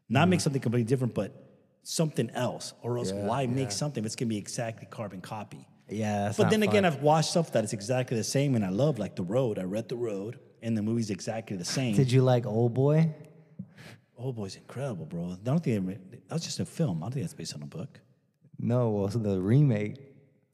Speaker 2: Not make something completely different, but something else, or else why make something if it's going to be exactly carbon copy?
Speaker 1: yeah, that's
Speaker 2: But
Speaker 1: not
Speaker 2: then
Speaker 1: fun.
Speaker 2: again, I've watched stuff that is exactly the same, and I love like The Road. I read The Road, and the movie's exactly the same.
Speaker 1: did you like Old Boy?
Speaker 2: Old Boy's incredible, bro. I don't think it, that was just a film. I don't think that's based on a book.
Speaker 1: No, well, the remake,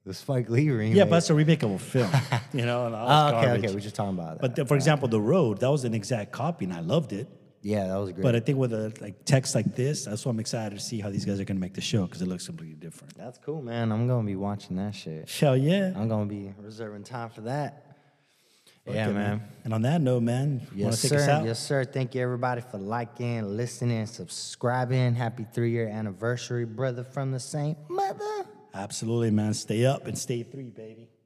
Speaker 1: the Spike Lee remake.
Speaker 2: Yeah, but that's a remake of a film. you know, and that
Speaker 1: Oh,
Speaker 2: was
Speaker 1: okay,
Speaker 2: garbage.
Speaker 1: okay, we're just talking about that.
Speaker 2: But the, for example, The Road, that was an exact copy, and I loved it.
Speaker 1: yeah, that was great.
Speaker 2: But I think with a like text like this, that's why I'm excited to see how these guys are going to make the show because it looks completely different.
Speaker 1: that's cool, man. I'm gonna be watching that shit.
Speaker 2: Hell yeah.
Speaker 1: I'm gonna be reserving time for that. yeah,
Speaker 2: Okay,
Speaker 1: man.
Speaker 2: And on that note, man, you want
Speaker 1: Yes,
Speaker 2: to take us
Speaker 1: sir.
Speaker 2: out?
Speaker 1: Yes, sir. Thank you, everybody, for liking, listening, subscribing. Happy three year anniversary, brother, from the same mother.
Speaker 2: Absolutely, man. Stay up and stay three, baby.